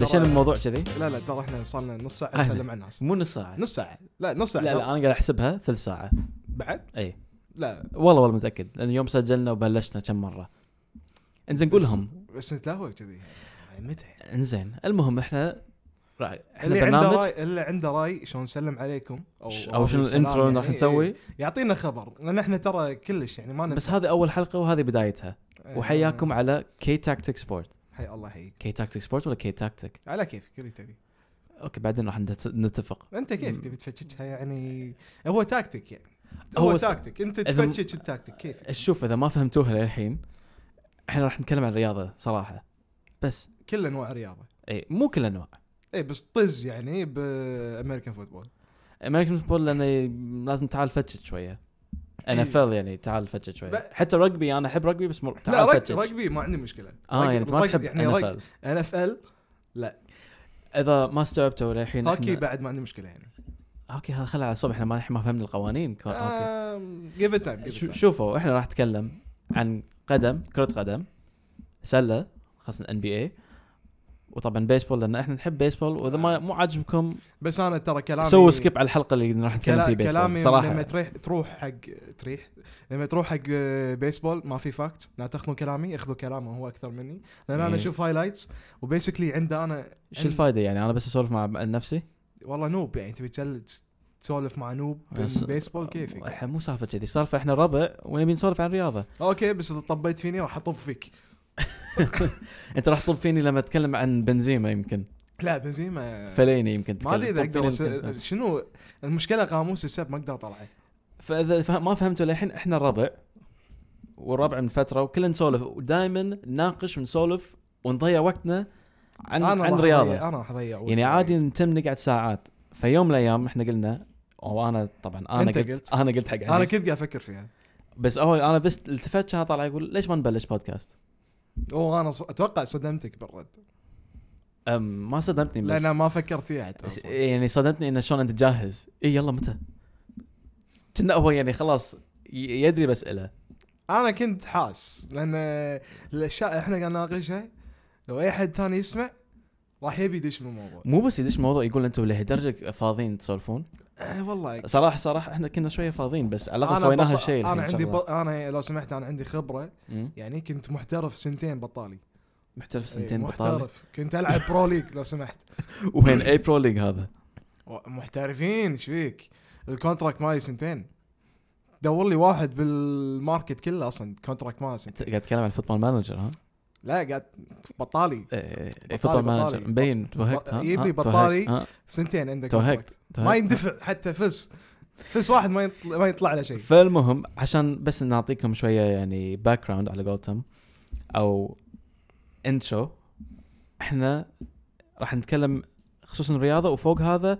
دشينا الموضوع كذي لا لا ترى احنا صار لنا نص ساعه أهلا. نسلم على الناس مو نص ساعه نص ساعه لا نص لا ساعه لا انا قاعد احسبها ثلث ساعه بعد اي لا والله والله متاكد لان يوم سجلنا وبلشنا كم مره انزين قولهم بس, بس نتلاوى كذي يعني متى انزين المهم احنا راح احنا اللي عنده برنامج راي اللي عنده راي شلون نسلم عليكم او ش- او شنو السلام الانترو اللي راح يعني نسوي يعطينا خبر لان احنا ترى كلش يعني ما نبي بس هذه اول حلقه وهذه بدايتها إيه. وحياكم على كي تاكتيك سبورت حي الله يحييك كي تاكتيك سبورت ولا كي تاكتيك على كيفك اللي تبي اوكي بعدين راح نت- نتفق انت مم. كيف تبي تفتشها يعني هو تاكتيك يعني هو هو س- تاكتيك انت إذا م- تفتش التاكتيك كيف شوف اذا ما فهمتوها للحين احنا راح نتكلم عن الرياضه صراحه بس كل انواع رياضه اي مو كل انواع اي بس طز يعني بامريكان فوتبول امريكان فوتبول لان لازم تعال فتشت شويه ان إيه. اف يعني تعال فتشت شويه ب- حتى رجبي انا احب رجبي بس مر... لا تعال رج- فتشت رجبي ما عندي مشكله اه رج- يعني أنت ما رج- تحب يعني ان اف ال ان اف ال اذا ما استوعبتوا للحين هوكي إحنا- بعد ما عندي مشكله يعني اوكي هذا خلها على الصبح احنا ما الحين ما فهمنا القوانين ك- آه، اوكي جيف ات تايم آه، شو- شوفوا احنا راح نتكلم عن قدم كرة قدم سلة خاصة ان بي اي وطبعا بيسبول لان احنا نحب بيسبول واذا ما مو عاجبكم بس انا ترى كلامي سووا سكيب على الحلقة اللي راح نتكلم كلا- فيه بيسبول كلامي صراحة لما تريح تروح حق تريح لما تروح حق آه، بيسبول ما في فاكت لا تاخذون كلامي اخذوا كلامه هو اكثر مني لان إيه. انا اشوف هايلايتس وبيسكلي عنده انا شو الفائدة يعني انا بس اسولف مع نفسي والله نوب يعني تبي تسل- تسولف مع نوب بس- بيسبول كيفك إحنا مو سالفة كذي سالفة احنا ربع ونبي نسولف عن رياضة اوكي بس اذا طبيت فيني راح اطب فيك انت راح تطب فيني لما اتكلم عن بنزيما يمكن لا بنزيما فليني يمكن آه. ما ادري اذا تتكلم. اقدر طب فيني يمكن. أس- أه، شنو المشكله قاموس السب ما اقدر اطلعه فاذا فه- ما فهمتوا للحين احنا ربع والربع من فتره وكلنا نسولف ودائما نناقش ونسولف ونضيع وقتنا عن انا عن راح رياضه أضيع- انا راح اضيع وقت يعني عادي وايد. نتم نقعد ساعات فيوم من الايام احنا قلنا وانا طبعا انا أنت قلت, قلت. انا قلت حق انا عزيز. كنت قاعد افكر فيها بس اول انا بس التفت كان طالع يقول ليش ما نبلش بودكاست؟ اوه انا ص- اتوقع صدمتك بالرد أم ما صدمتني بس لان ما فكرت فيها حتى بس أصلاً. يعني صدمتني انه شلون انت جاهز اي يلا متى؟ كنا هو يعني خلاص ي- يدري بساله انا كنت حاس لان الاشياء احنا قاعد نناقشها لو اي حد ثاني يسمع راح يبي يدش من الموضوع مو بس يدش موضوع يقول انتم لهالدرجه فاضيين تسولفون أه والله صراحه صراحه احنا كنا شويه فاضيين بس على أنا الاقل سويناها بط- شيء انا عندي ب... انا لو سمحت انا عندي خبره يعني كنت محترف سنتين بطالي محترف إيه، سنتين بطالة محترف كنت العب برو ليج لو سمحت وين اي برو ليج هذا و- محترفين ايش فيك؟ الكونتراكت مالي سنتين دور لي واحد بالماركت كله اصلا كونتراكت ماله أنت سنتين قاعد تتكلم عن فوتبول مانجر ها؟ إيه، لا قاعد بطالي فوتبول مانجر بطالي. مبين توهقت ها؟ يبي ها؟ بطالي. توهقت، ها؟ سنتين عندك توهقت. contract. توهقت. ما يندفع حتى فس فس واحد ما يطلع ما يطلع له شيء فالمهم عشان بس نعطيكم شويه يعني باك جراوند على قولتهم او انترو احنا راح نتكلم خصوصا الرياضه وفوق هذا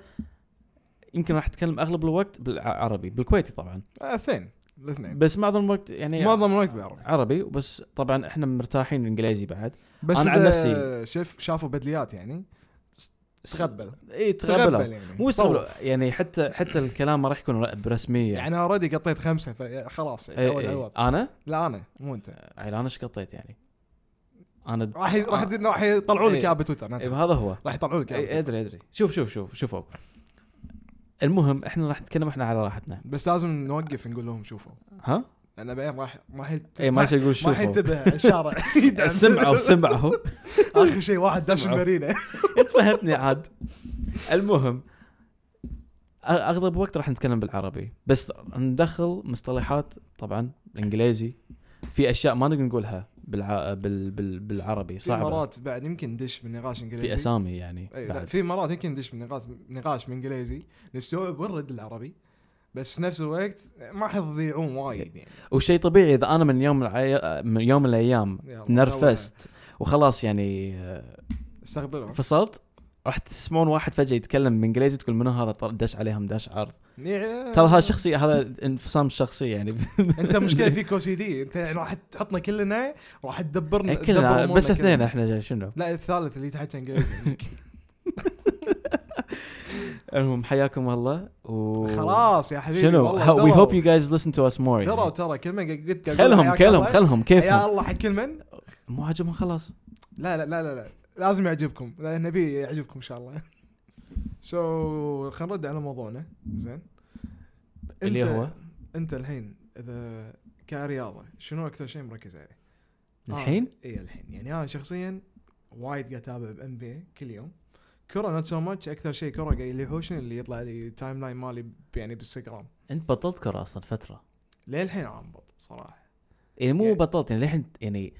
يمكن راح نتكلم اغلب الوقت بالعربي بالكويتي طبعا آه، اثنين الاثنين بس معظم الوقت يعني طيب. معظم الوقت بعرف عربي بس طبعا احنا مرتاحين انجليزي بعد بس أنا عن إذا نفسي. شاف شافوا بدليات يعني تغبل اي تغبلوا تغبل يعني مو طول. يستغلوا إيه، يعني حتى حتى الكلام ما راح يكون ر- برسميه يعني انا اوريدي قطيت خمسه فخلاص إي- تعود إي. على الوضع انا لا انا مو انت إيه، عيل انا ايش قطيت يعني انا ب- راح ي- راح آه. يد- راح يطلعوا لك إي. اياها بتويتر ما إيه، تخاف. هذا هو راح يطلعوا لك إيه، اياها ادري ادري شوف شوف شوف شوفوا المهم احنا راح نتكلم احنا على راحتنا بس لازم نوقف نقول لهم شوفوا ها انا بعدين راح راح يت- اي إيه، ما يصير يقول ما راح شوفوا إيه، ينتبه الشارع يدعم. سمعوا سمعوا اخر شيء واحد داش سمعوا. مارينا انت فهمتني عاد المهم أ- اغلب وقت راح نتكلم بالعربي بس ندخل مصطلحات طبعا بالانجليزي في اشياء ما نقدر نقولها بالع... بال... بال... بالعربي في صعبه مرات بعد يمكن ندش من نقاش انجليزي في اسامي يعني اي إيه، لا بعد. في مرات يمكن ندش من نقاش نقاش من انجليزي نستوعب ونرد العربي بس نفس الوقت ما حتضيعون وايد يعني وشيء طبيعي اذا انا من يوم العي... من يوم من الايام يلا، تنرفزت وخلاص يعني آه، استقبلهم فصلت راح تسمعون واحد فجاه يتكلم بانجليزي تقول منو هذا طل- دش عليهم داش عرض يعني- ترى هذا شخصي هذا انفصام شخصي يعني انت مشكله فيك او سي دي انت يعني راح تحطنا كلنا راح تدبرنا إيه، كلنا تدبر بس أمورنا كلنا. اثنين احنا جاي- شنو لا الثالث اللي تحت انجليزي المهم حياكم الله و خلاص يا حبيبي شنو والله we دروا- hope you guys listen to us more دروا يعني. ترى كلمه قد قلت قبل خلهم حياك كلهم الله. خلهم يا كيفهم الله حق كل من مو عاجبهم خلاص لا لا لا لا لا لازم يعجبكم لان نبي يعجبكم ان شاء الله سو so, خلينا نرد على موضوعنا زين اللي هو انت الحين اذا كرياضه شنو اكثر شيء مركز عليه؟ الحين آه اي الحين يعني انا شخصيا وايد قاعد اتابع ام بي كل يوم كره نوت سو ماتش اكثر شيء كره قاعد اللي يحوشني اللي يطلع لي التايم لاين مالي ب- يعني بالانستغرام انت بطلت كره اصلا فتره للحين عم بط صراحه يعني مو يعني- بطلت يعني للحين يعني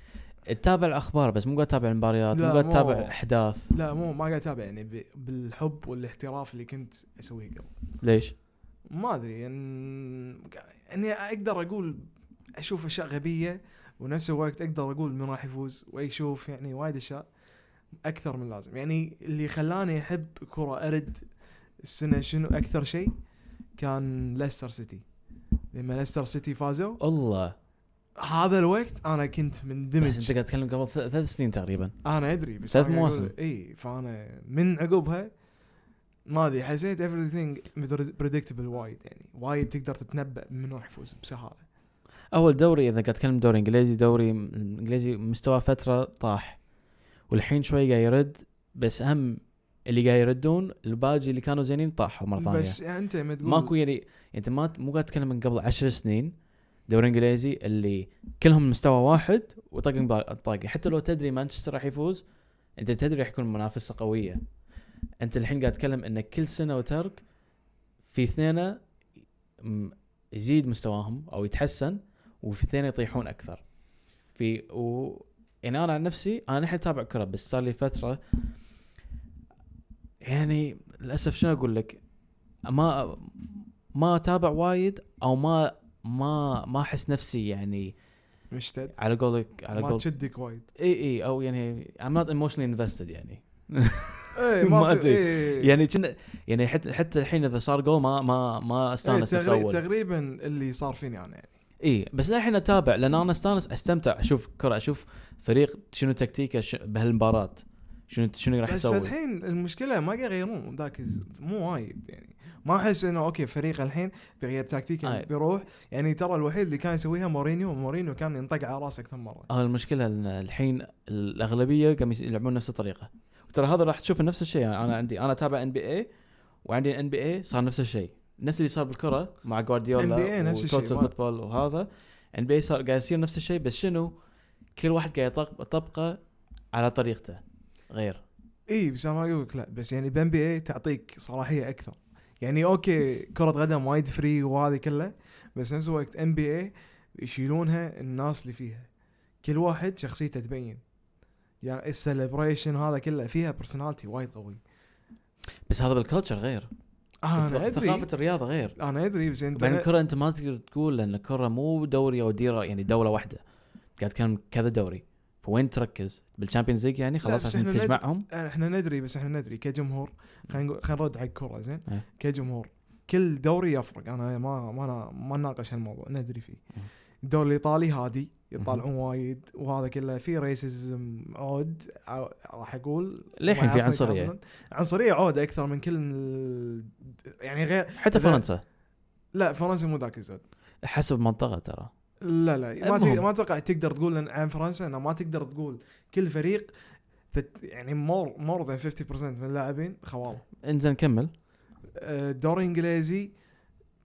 تتابع الاخبار بس مو قاعد تتابع المباريات مو لا، قاعد مو- تتابع احداث لا مو ما قاعد اتابع يعني ب- بالحب والاحتراف اللي كنت اسويه قبل ليش؟ ما ادري يعني يعني اقدر اقول اشوف اشياء غبيه ونفس الوقت اقدر اقول من راح يفوز واشوف يعني وايد اشياء اكثر من لازم يعني اللي خلاني احب كره ارد السنه شنو اكثر شيء كان ليستر سيتي لما ليستر سيتي فازوا الله هذا الوقت انا كنت مندمج بس انت قاعد تتكلم قبل ث- ثلاث سنين تقريبا انا ادري بس ثلاث أنا قاعد أقول- مواسم. اي فانا من عقبها ما ادري حسيت everything predictable وايد يعني وايد تقدر تتنبأ من راح يفوز بسهاله اول دوري اذا قاعد اتكلم دوري انجليزي دوري م- انجليزي مستواه فتره طاح والحين شوي قاعد يرد بس هم اللي قاعد يردون الباجي اللي كانوا زينين طاحوا مره ثانيه بس انت ما تقول ماكو يعني انت ما مو قاعد تتكلم من قبل عشر سنين دوري انجليزي اللي كلهم مستوى واحد وطاقم با- طاقي حتى لو تدري مانشستر راح يفوز انت تدري راح يكون منافسه قويه انت الحين قاعد تتكلم ان كل سنه وترك في اثنين م- يزيد مستواهم او يتحسن وفي اثنين يطيحون اكثر في و يعني انا عن نفسي انا الحين اتابع كره بس صار لي فتره يعني للاسف شنو اقول لك ما ما اتابع وايد او ما ما ما احس نفسي يعني مشتد على قولك على ما قول تشدك وايد اي اي او يعني I'm not emotionally invested يعني اي ما ما في أدري. إيه. يعني كنا يعني حتى حتى الحين اذا صار جول ما ما ما إيه، استانس نفس تغري- اول تقريبا اللي صار فيني انا يعني اي بس الحين اتابع لان انا استانس استمتع اشوف كره اشوف فريق شنو تكتيكه ش- بهالمباراه شنو شنو راح بس يسوي الحين المشكله ما قاعد يغيرون ذاك الز- مو وايد يعني ما احس انه اوكي فريق الحين بيغير تكتيكه أي. بيروح يعني ترى الوحيد اللي كان يسويها مورينيو مورينيو كان ينطق على راسه اكثر مره اه المشكله ان الحين الاغلبيه قام يس- يلعبون نفس الطريقه وترى هذا راح تشوف نفس الشيء يعني انا عندي انا اتابع ان بي اي وعندي ان بي اي صار نفس الشيء نفس اللي صار بالكره مع جوارديولا NBA نفس الشيء، ما- فوتبول وهذا ان بي اي صار قاعد يصير نفس الشيء بس شنو كل واحد قاعد يطق- يطبقه على طريقته غير اي إيه، بس انا ما اقول لك لا بس يعني بام بي اي تعطيك صلاحيه اكثر يعني اوكي كره قدم وايد فري وهذه كلها بس نفس الوقت ام بي اي يشيلونها الناس اللي فيها كل واحد شخصيته تبين يعني السليبريشن هذا كله فيها بيرسوناليتي وايد قوي بس هذا بالكلتشر غير انا ادري ثقافه الرياضه غير انا ادري بس انت بعدين الكره انت ما تقدر تقول لان الكره مو دوري او ديره يعني دوله واحده قاعد تتكلم كذا دوري فوين تركز بالشامبيونز ليج يعني خلاص بس عشان آه، إحنا ند- تجمعهم احنا ندري بس احنا ندري كجمهور خلينا نقول- خلينا نرد على الكره زين إيه. كجمهور كل دوري يفرق انا ما ما أنا ما ناقش هالموضوع ندري فيه الدوري الايطالي هادي يطالعون وايد وهذا كله في ريسزم عود أو- راح اقول للحين ما في يعرفون عنصرية. يتعاملون. عنصريه عود اكثر من كل ال- يعني غير حتى إذا- فرنسا لا فرنسا مو ذاك الزود حسب منطقه ترى لا لا ما المهم. تق- ما اتوقع تقدر تقول عن- عن فرنسا انه ما تقدر تقول كل فريق ثت- يعني مور مور ذان 50% من اللاعبين خوارق انزين نكمل آه، الدوري الانجليزي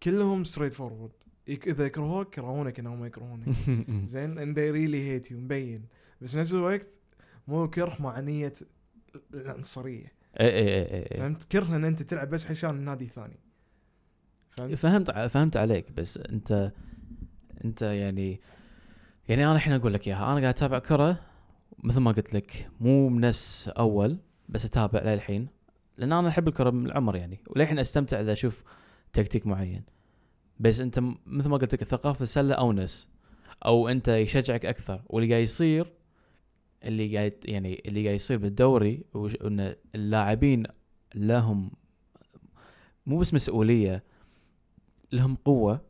كلهم ستريت فورورد يك- اذا يكرهوك يكرهونك انهم يكرهونك زين and they really hate you مبين بس نفس الوقت مو كره مع نيه العنصريه اي اي اي اي اي فهمت كره ان انت تلعب بس عشان النادي الثاني فهمت فهمت ع- فهمت عليك بس انت انت يعني يعني انا الحين اقول لك اياها انا قاعد اتابع كره مثل ما قلت لك مو بنفس اول بس اتابع للحين لان انا احب الكره من العمر يعني وللحين استمتع اذا اشوف تكتيك معين بس انت م- مثل ما قلت لك الثقافه سله اونس او انت يشجعك اكثر واللي قاعد يصير اللي قاعد يعني اللي قاعد يصير بالدوري وش- ان اللاعبين لهم مو بس مسؤوليه لهم قوه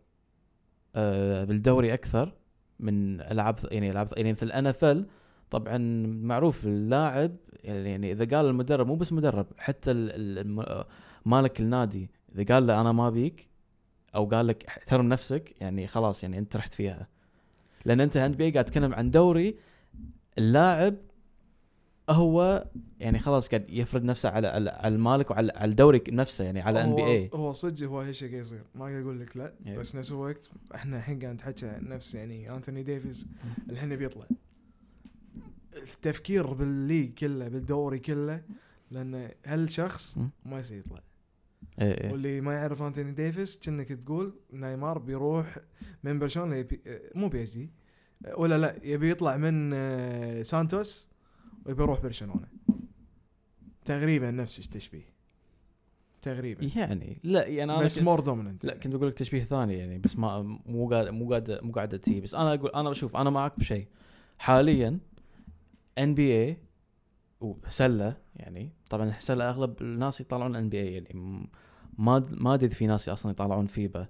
آه، بالدوري اكثر من العاب يعني العاب يعني مثل الان اف ال طبعا معروف اللاعب يعني اذا قال المدرب مو بس مدرب حتى ال- ال- الم- آه، مالك النادي اذا قال له انا ما بيك او قال لك احترم نفسك يعني خلاص يعني انت رحت فيها لان انت ان بي قاعد تتكلم عن دوري اللاعب هو يعني خلاص قاعد يفرض نفسه على على على المالك وعلى على الدوري نفسه يعني على ان بي اي هو صدق هو هالشيء قاعد يصير ما قاعد اقول لك لا إيه. بس نفس الوقت احنا الحين قاعد نتحكى عن نفس يعني انثوني ديفيز الحين بيطلع التفكير بالليج كله بالدوري كله لان هالشخص مم. إيه. ما يصير يطلع اي واللي ما يعرف انثوني ديفيس كأنك تقول نايمار بيروح من برشلونه يبي آه، مو بي اس جي آه، ولا لا يبي يطلع من آه، سانتوس ويبي يروح برشلونه تقريبا نفس التشبيه تقريبا يعني لا يعني انا بس كنت- مور دوميننت لا كنت بقول لك تشبيه ثاني يعني بس ما مو قاعد مو قاعد مو قاعد تي بس انا اقول انا بشوف انا معك بشيء حاليا ان بي اي وسله يعني طبعا سله اغلب الناس يطالعون ان بي اي يعني م- ما ما ادري في ناس اصلا يطالعون فيبا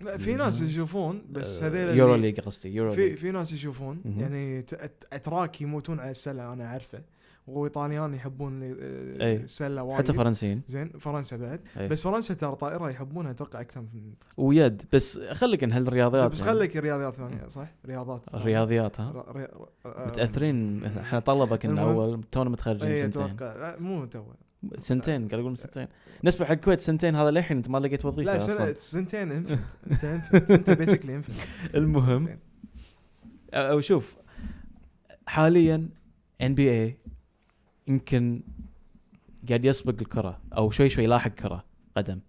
لا في ناس يشوفون آه، بس هذيل اللي- يورو ليج قصدي يورو في ليج في ناس يشوفون مهم. يعني ت- أت- اتراك يموتون على السله انا اعرفه وايطاليان يحبون ال- أي. السله وايد حتى فرنسيين زين فرنسا بعد أي. بس فرنسا ترى طائره يحبونها اتوقع اكثر من ويد بس خليك ان هالرياضيات بس يعني. خليك آه. رياضيات ثانيه صح؟ رياضات ثانية. الرياضيات ها ر- ر- ر- متاثرين احنا طلبه كنا المهم. اول تونا اي متخرجين سنتين اتوقع آه، مو تو آه. سنتين قاعد اقول من سنتين نسبه حق الكويت سنتين هذا للحين انت ما لقيت وظيفه لا سنة اصلا سنتين انفنت انت انفنت انت بيسكلي انفنت المهم سنتين. او شوف حاليا ان بي اي يمكن قاعد يسبق الكره او شوي شوي لاحق كره قدم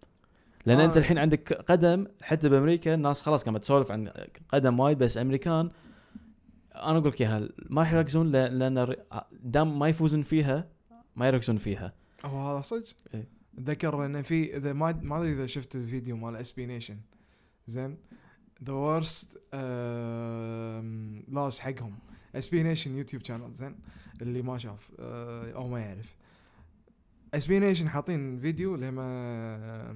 لان آه. انت الحين عندك قدم حتى بامريكا الناس خلاص قامت تسولف عن قدم وايد بس امريكان انا اقول لك اياها ما راح يركزون لأ- لان الر- دام ما يفوزون فيها ما يركزون فيها هو هذا صدق؟ إيه. ذكر انه في اذا ما ما ادري اذا شفت الفيديو مال اس بي نيشن زين ذا ورست لاس حقهم اس بي نيشن يوتيوب شانل زين اللي ما شاف آه، او ما يعرف اس بي نيشن حاطين فيديو لما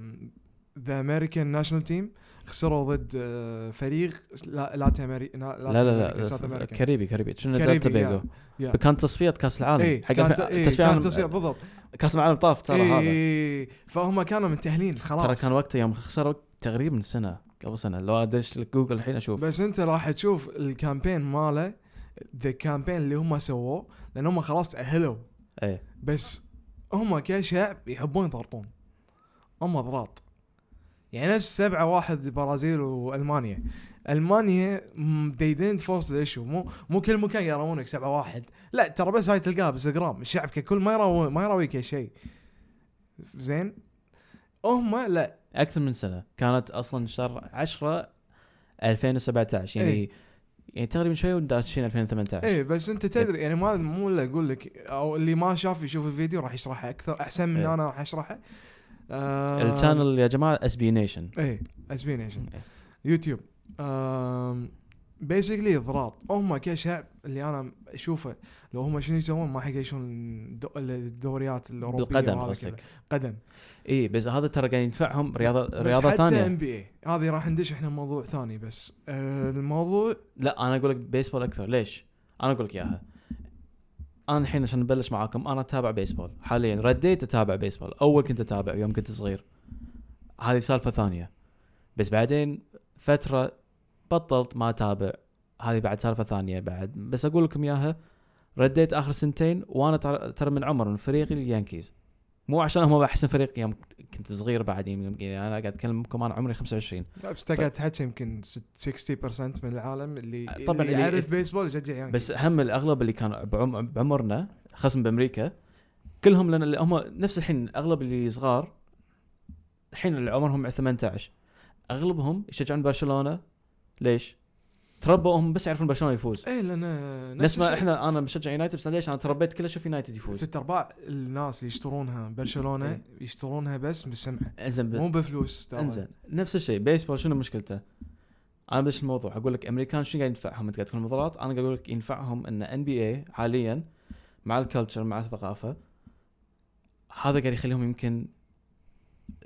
ذا امريكان ناشونال تيم خسروا ضد آه، فريق لا لاتي امريكا لا لا لا كاريبي كاريبي شنو كاريبي، كاريبي توبيغو يا. كان تصفيه كاس العالم اي حق إيه، كان الف- تصفية تصفية عالم- بالضبط كاس العالم طاف ترى هذا إيه فهم كانوا منتهلين خلاص ترى كان وقته يوم خسروا تقريبا سنه قبل سنه لو ادش لك جوجل الحين اشوف بس انت راح تشوف الكامبين ماله ذا كامبين اللي هم سووه لان هم خلاص تاهلوا ايه بس هم كشعب يحبون يضغطون هم ضراط يعني نفس سبعة واحد البرازيل والمانيا المانيا م- they didn't force the issue مو مو كل مكان يراونك سبعة واحد لا ترى بس هاي تلقاها بالانستغرام الشعب ككل ما يراوي ما يراويك شيء زين هم لا اكثر من سنه كانت اصلا شهر 10 2017 يعني إيه. يعني تقريبا شوي وداشين 2018 ايه بس انت إيه. تدري يعني ما مو اللي اقول لك او اللي ما شاف يشوف الفيديو راح يشرحه اكثر احسن من إيه. انا راح اشرحه آه الشانل يا جماعه اس بي نيشن ايه اس بي نيشن يوتيوب بيسكلي ضراط هم كشعب اللي انا اشوفه لو هم شنو يسوون ما حيقيشون الدو- الدوريات الاوروبيه بالقدم وهذا قصدك كله. قدم اي بس هذا ترى قاعد يدفعهم رياضه بس رياضه حتى ثانيه ام بي اي هذه راح ندش احنا موضوع ثاني بس آه الموضوع لا انا اقول لك بيسبول اكثر ليش؟ انا اقول لك اياها انا الحين عشان نبلش معاكم انا اتابع بيسبول حاليا رديت اتابع بيسبول اول كنت اتابع يوم كنت صغير هذه سالفه ثانيه بس بعدين فتره بطلت ما اتابع هذه بعد سالفه ثانيه بعد بس اقول لكم اياها رديت اخر سنتين وانا تر- ترى من عمر من فريقي اليانكيز مو عشان هم احسن فريق يوم كنت صغير بعد يعني انا قاعد اكلمكم انا عمري 25 بس طيب. تقعد تحكي يمكن ست- 60% من العالم اللي طبعاً اللي اللي- إيه. يعرف بيسبول يشجع يعني بس هم الاغلب اللي كانوا بعم- بعمرنا خصم بامريكا كلهم لان اللي هم نفس الحين اغلب اللي صغار الحين اللي عمرهم 18 اغلبهم يشجعون برشلونه ليش؟ تربوا هم بس يعرفون برشلونه يفوز ايه لان نفس ما الشيء. احنا انا مشجع يونايتد بس ليش انا تربيت كله اشوف يونايتد يفوز ثلاث ارباع الناس اللي يشترونها برشلونه يشترونها بس بالسمعه انزين ب- مو بفلوس ترى انزين نفس الشيء بيسبول شنو مشكلته؟ انا بلش الموضوع اقول لك امريكان شنو قاعد ينفعهم انت قاعد تقول مضارات انا قاعد اقول لك ينفعهم ان ان بي اي حاليا مع الكلتشر مع الثقافه هذا قاعد يخليهم يمكن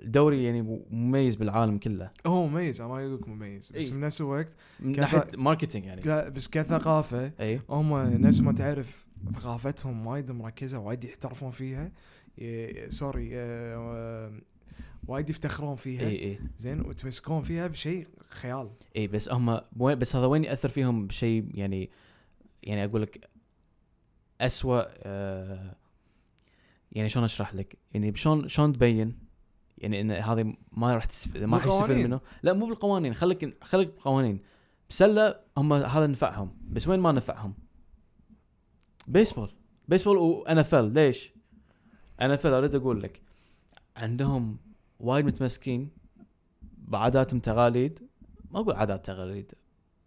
دوري يعني مميز بالعالم كله هو مميز أنا ما اقول لك مميز بس إيه. بنفس الوقت من كذا- ناحيه ماركتينج يعني إيه، لا بس كثقافه اي هم نفس ما تعرف ثقافتهم وايد مركزه وايد يحترفون فيها ي- سوري آه، وايد يفتخرون فيها اي اي زين وتمسكون فيها بشيء خيال اي إيه، بس هم وين بس هذا وين ياثر فيهم بشيء يعني يعني اقول لك اسوء آه يعني شلون اشرح لك؟ يعني شلون شلون تبين يعني ان هذه ما راح تستف... ما راح يستفيد بالقوانين. منه؟ لا مو بالقوانين خليك خليك بالقوانين بسله هم هذا نفعهم بس وين ما نفعهم؟ بيسبول بيسبول وان اف ال ليش؟ ان اف ال اريد اقول لك عندهم وايد متمسكين بعاداتهم تقاليد ما اقول عادات تقاليد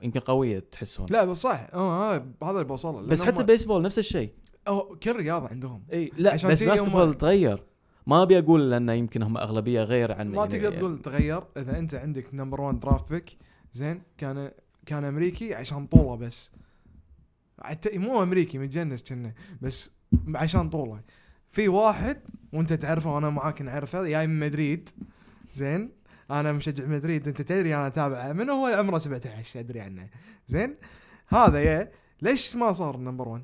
يمكن قويه تحسون لا بس صح اه آه، هذا اللي بوصله لأن بس هم- حتى بيسبول نفس الشيء أو كل رياضه عندهم اي لا عشان بس كذي باسكت هم- بول تغير ما ابي اقول لانه يمكن هم اغلبيه غير عن يعني. ما تقدر تقول تغير اذا انت عندك نمبر 1 درافت بيك زين كان كان امريكي عشان طوله بس حتى مو امريكي متجنس كنه بس عشان طوله في واحد وانت تعرفه وانا معاك نعرفه جاي من مدريد زين انا مشجع مدريد انت تدري انا اتابعه من هو عمره 17 ادري عنه زين هذا يا ليش ما صار نمبر 1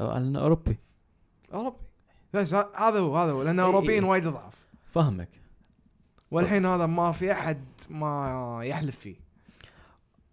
أو انه اوروبي اوروبي بس ه- هذا هو هذا هو لان إي- إي. اوروبيين وايد ضعف فاهمك والحين هذا ما في احد ما يحلف فيه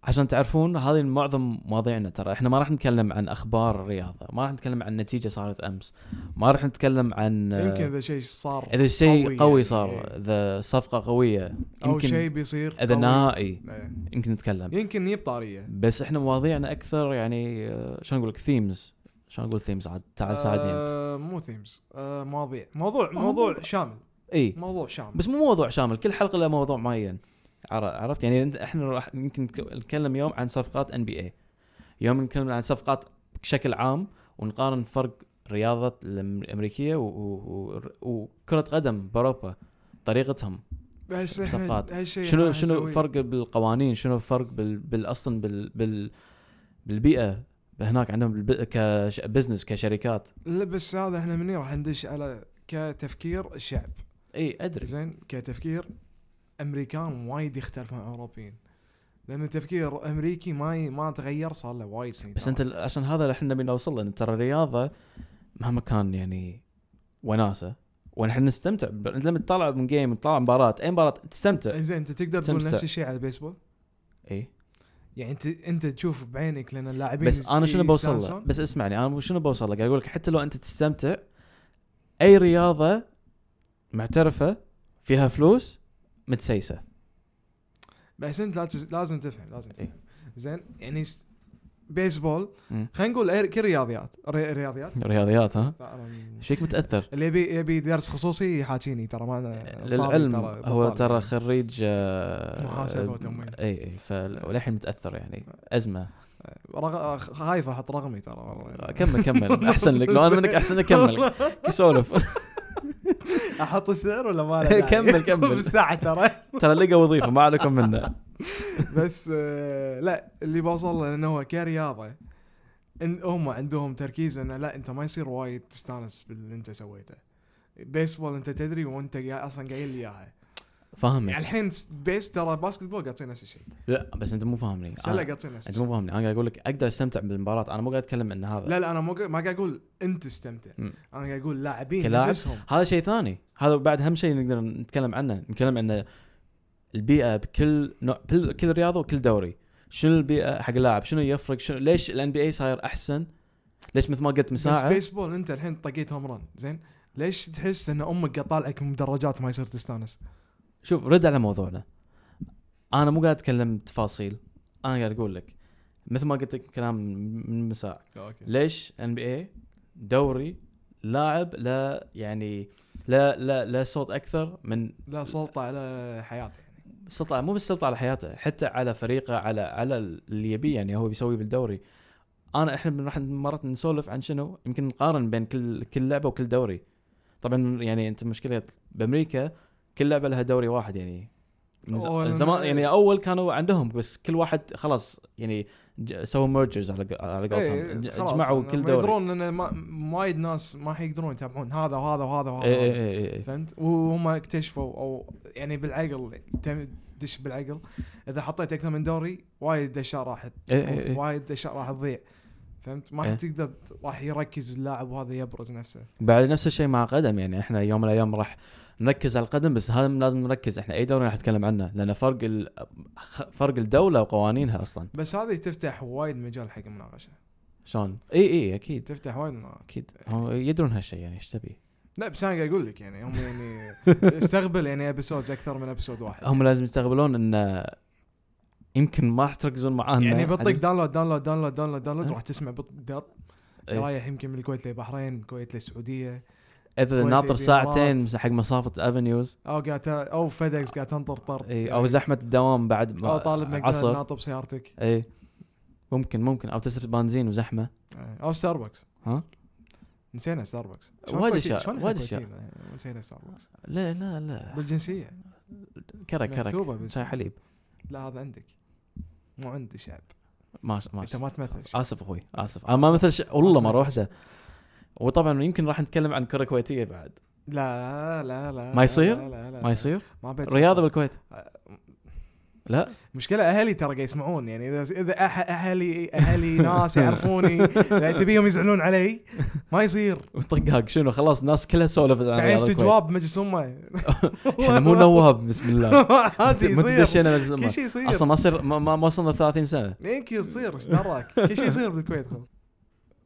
عشان تعرفون هذه معظم مواضيعنا ترى احنا ما راح نتكلم عن اخبار الرياضه ما راح نتكلم عن نتيجه صارت امس ما راح نتكلم عن آه، يمكن اذا شيء صار اذا شيء قوي, قوي قوي يعني. صار اذا صفقه قويه او يمكن شيء بيصير اذا قوي. نهائي إيه. يمكن نتكلم يمكن نجيب طاريه بس احنا مواضيعنا اكثر يعني آه، شلون اقول لك ثيمز شلون اقول ثيمز عاد تعال ساعدني انت آه مو ثيمز آه مواضيع موضوع موضوع شامل اي موضوع شامل بس مو موضوع شامل كل حلقه لها موضوع معين عر- عرفت يعني انت- احنا راح يمكن نك- نتكلم يوم عن صفقات ان بي اي يوم نتكلم عن صفقات بشكل عام ونقارن فرق رياضة الأم- الأمريكية و- و- و- وكرة قدم بأوروبا طريقتهم بس احنا صفقات. هالشيء شنو راح شنو نسويه. فرق بالقوانين شنو فرق بال بال- اصلا بال بال بالبيئة هناك عندهم كبزنس كشركات لا بس هذا احنا مني راح ندش على كتفكير الشعب اي أدري زين كتفكير امريكان وايد يختلف عن اوروبيين لان التفكير امريكي ما ي... ما تغير صار له وايد سنين بس انت ال- عشان هذا اللي احنا نبي نوصل له إن ترى الرياضه مهما كان يعني وناسه ونحن نستمتع ب- انت لما تطلع من جيم تطلع مباراه اي مباراه تستمتع زين انت تقدر تقول تمسك. نفس الشيء على البيسبول اي يعني انت انت تشوف بعينك لان اللاعبين بس انا شنو بوصل له يستانسون. بس اسمعني انا شنو بوصل له قاعد اقول لك حتى لو انت تستمتع اي رياضه معترفه فيها فلوس متسيسه بس انت لازم لازم تفهم لازم إيه. تفهم زين يعني س- بيسبول مم. خلينا نقول أي- كل رياضيات ري- رياضيات رياضيات ها لا، أنا- ايش فيك متاثر اللي يبي يبي درس خصوصي يحاكيني ترى ما انا فاضي للعلم يعني ترى هو بطال. ترى يعني. خريج آه، محاسبة وتمويل. اي اي فللحين متاثر يعني ازمه رغ... خ- خايف احط رقمي ترى والله كمل كمل احسن لك لو انا منك احسن كمل سولف احط السعر ولا ما له داعي؟ كمل، كمل. بالساعه ترى ترى لقى وظيفه ما عليكم منه بس آه، لا اللي بوصل له انه هو كرياضه ان هم عندهم تركيز انه لا انت ما يصير وايد تستانس باللي انت سويته بيسبول انت تدري وانت قا- اصلا قايل لي اياها يعني فاهمك الحين س- بيس ترى باسكت بول قاعد تصير نفس الشيء لا بس انت مو فاهمني أنا- سله قاعد تصير نفس انت الشيء مو فاهمني انا قاعد اقول لك اقدر استمتع بالمباراه انا مو قاعد اتكلم ان هذا لا لا انا مو قا- ما قاعد اقول انت استمتع مم. انا قاعد اقول لاعبين كلاعب؟ نفسهم هذا شيء ثاني هذا بعد اهم شيء نقدر نتكلم عنه نتكلم عن البيئه بكل نوع بكل- كل رياضه وكل دوري شنو البيئه حق اللاعب شنو يفرق شنو ليش الان بي اي صاير احسن ليش مثل ما قلت بس مساعد بيسبول انت الحين طقيت هوم رن زين ليش تحس ان امك قاعد طالعك من مدرجات ما يصير تستانس؟ شوف رد على موضوعنا انا مو قاعد اتكلم تفاصيل انا قاعد اقول لك مثل ما قلت لك كلام من مساء اوكي ليش ان بي اي دوري لاعب لا يعني لا لا لا صوت اكثر من لا سلطه على حياتي يعني سلطة مو بس سلطة على حياته حتى على فريقه على على اللي يبيه يعني هو بيسويه بالدوري انا احنا بن- راح مرات نسولف عن شنو يمكن نقارن بين كل كل لعبه وكل دوري طبعا يعني انت مشكله بامريكا كل لعبه لها دوري واحد يعني من ز- أوه، زمان أنا- يعني اول كانوا عندهم بس كل واحد خلاص يعني ج- سووا ميرجرز على ق- على إيه، قولتهم ج- خلاص، جمعوا ما كل دوري يدرون لان ما- م- وايد ناس ما حيقدرون يتابعون هذا وهذا وهذا إيه، إيه، وهذا إيه، إيه. فهمت وهم اكتشفوا او يعني بالعقل تم- دش بالعقل اذا حطيت اكثر من دوري وايد اشياء راح إيه، إيه، إيه. تروح، وايد اشياء راح تضيع فهمت ما إيه. راح تقدر راح يركز اللاعب وهذا يبرز نفسه بعد نفس الشيء مع قدم يعني احنا يوم من الايام راح نركز على القدم بس هذا لازم نركز احنا اي دوري راح نتكلم عنه لان فرق ال... خ- فرق الدوله وقوانينها اصلا بس هذه تفتح وايد مجال حق المناقشه شلون؟ اي اي اكيد تفتح وايد مناطق اكيد هم يدرون هالشيء يعني ايش تبي؟ لا بس انا قاعد اقول لك يعني هم يعني استقبل يعني ابيسودز اكثر من ابيسود واحد هم لازم يستقبلون ان يمكن ما راح تركزون معانا يعني بطق داونلود داونلود داونلود داونلود داونلود أه. راح تسمع بط- دب إيه. رايح يمكن من الكويت للبحرين الكويت للسعوديه اذا كويتي ناطر في ساعتين إمارات. حق مسافه افنيوز او قاعد ت- او فيدكس قاعد تنطر طرد اي او زحمه الدوام بعد ما او يعني. طالب مقدار إيه، عصر ناطب سيارتك اي ممكن ممكن او تسرق بنزين وزحمه او ستاربكس ها؟ إيه، نسينا ستاربكس شلون وايد كويتي- أشياء، شلون إحنا وايد أشياء. كويتيين يعني؟ نسينا ستاربكس لا لا لا بالجنسيه كرك مكتوبة كرك بس. شاي حليب لا هذا عندك مو عندي شعب ما ما انت ما تمثل شعب. اسف اخوي اسف انا ما مثل ش... والله مره واحده وطبعا يمكن راح نتكلم عن كره كويتيه بعد لا لا لا ما يصير؟ لا لا لا ما يصير آه، ما آه، بيتصير. رياضه بالكويت لا مشكلة اهلي ترى قاعد يسمعون يعني اذا اذا أح- اهلي اهلي ناس يعرفوني لا تبيهم يزعلون علي ما يصير وطقاق شنو خلاص الناس كلها سولفت عن بعدين رياضة الكويت استجواب بمجلس امه احنا مو نواب بسم الله عادي ما يصير دشينا مجلس كل الأمة. شيء يصير اصلا ما صير ما, ما ما وصلنا 30 سنه يمكن يصير ايش دراك كل شيء يصير بالكويت خل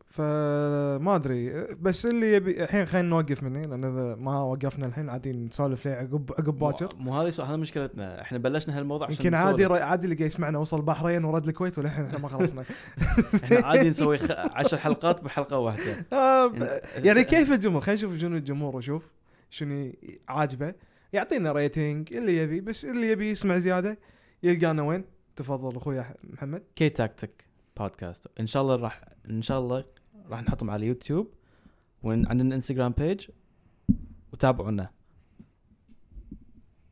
فما ادري بس اللي يبي الحين خلينا نوقف مني لان اذا ما وقفنا الحين عادي نسولف ليه عقب عقب باكر مو هذه هذا مشكلتنا احنا بلشنا هالموضوع عشان يمكن عادي نسولف. را- عادي اللي قاعد يسمعنا وصل البحرين ورد الكويت والحين احنا ما خلصنا احنا عادي نسوي خ... 10 حلقات بحلقه واحده آه، ب- يعني كيف الجمهور خلينا نشوف شنو الجمهور وشوف شنو عاجبه يعطينا ريتنج اللي يبي بس اللي يبي يسمع زياده يلقانا وين تفضل اخوي أح- محمد كي تاكتيك بودكاست ان شاء الله راح ان شاء الله راح نحطهم على يوتيوب وعندنا انستغرام بيج وتابعونا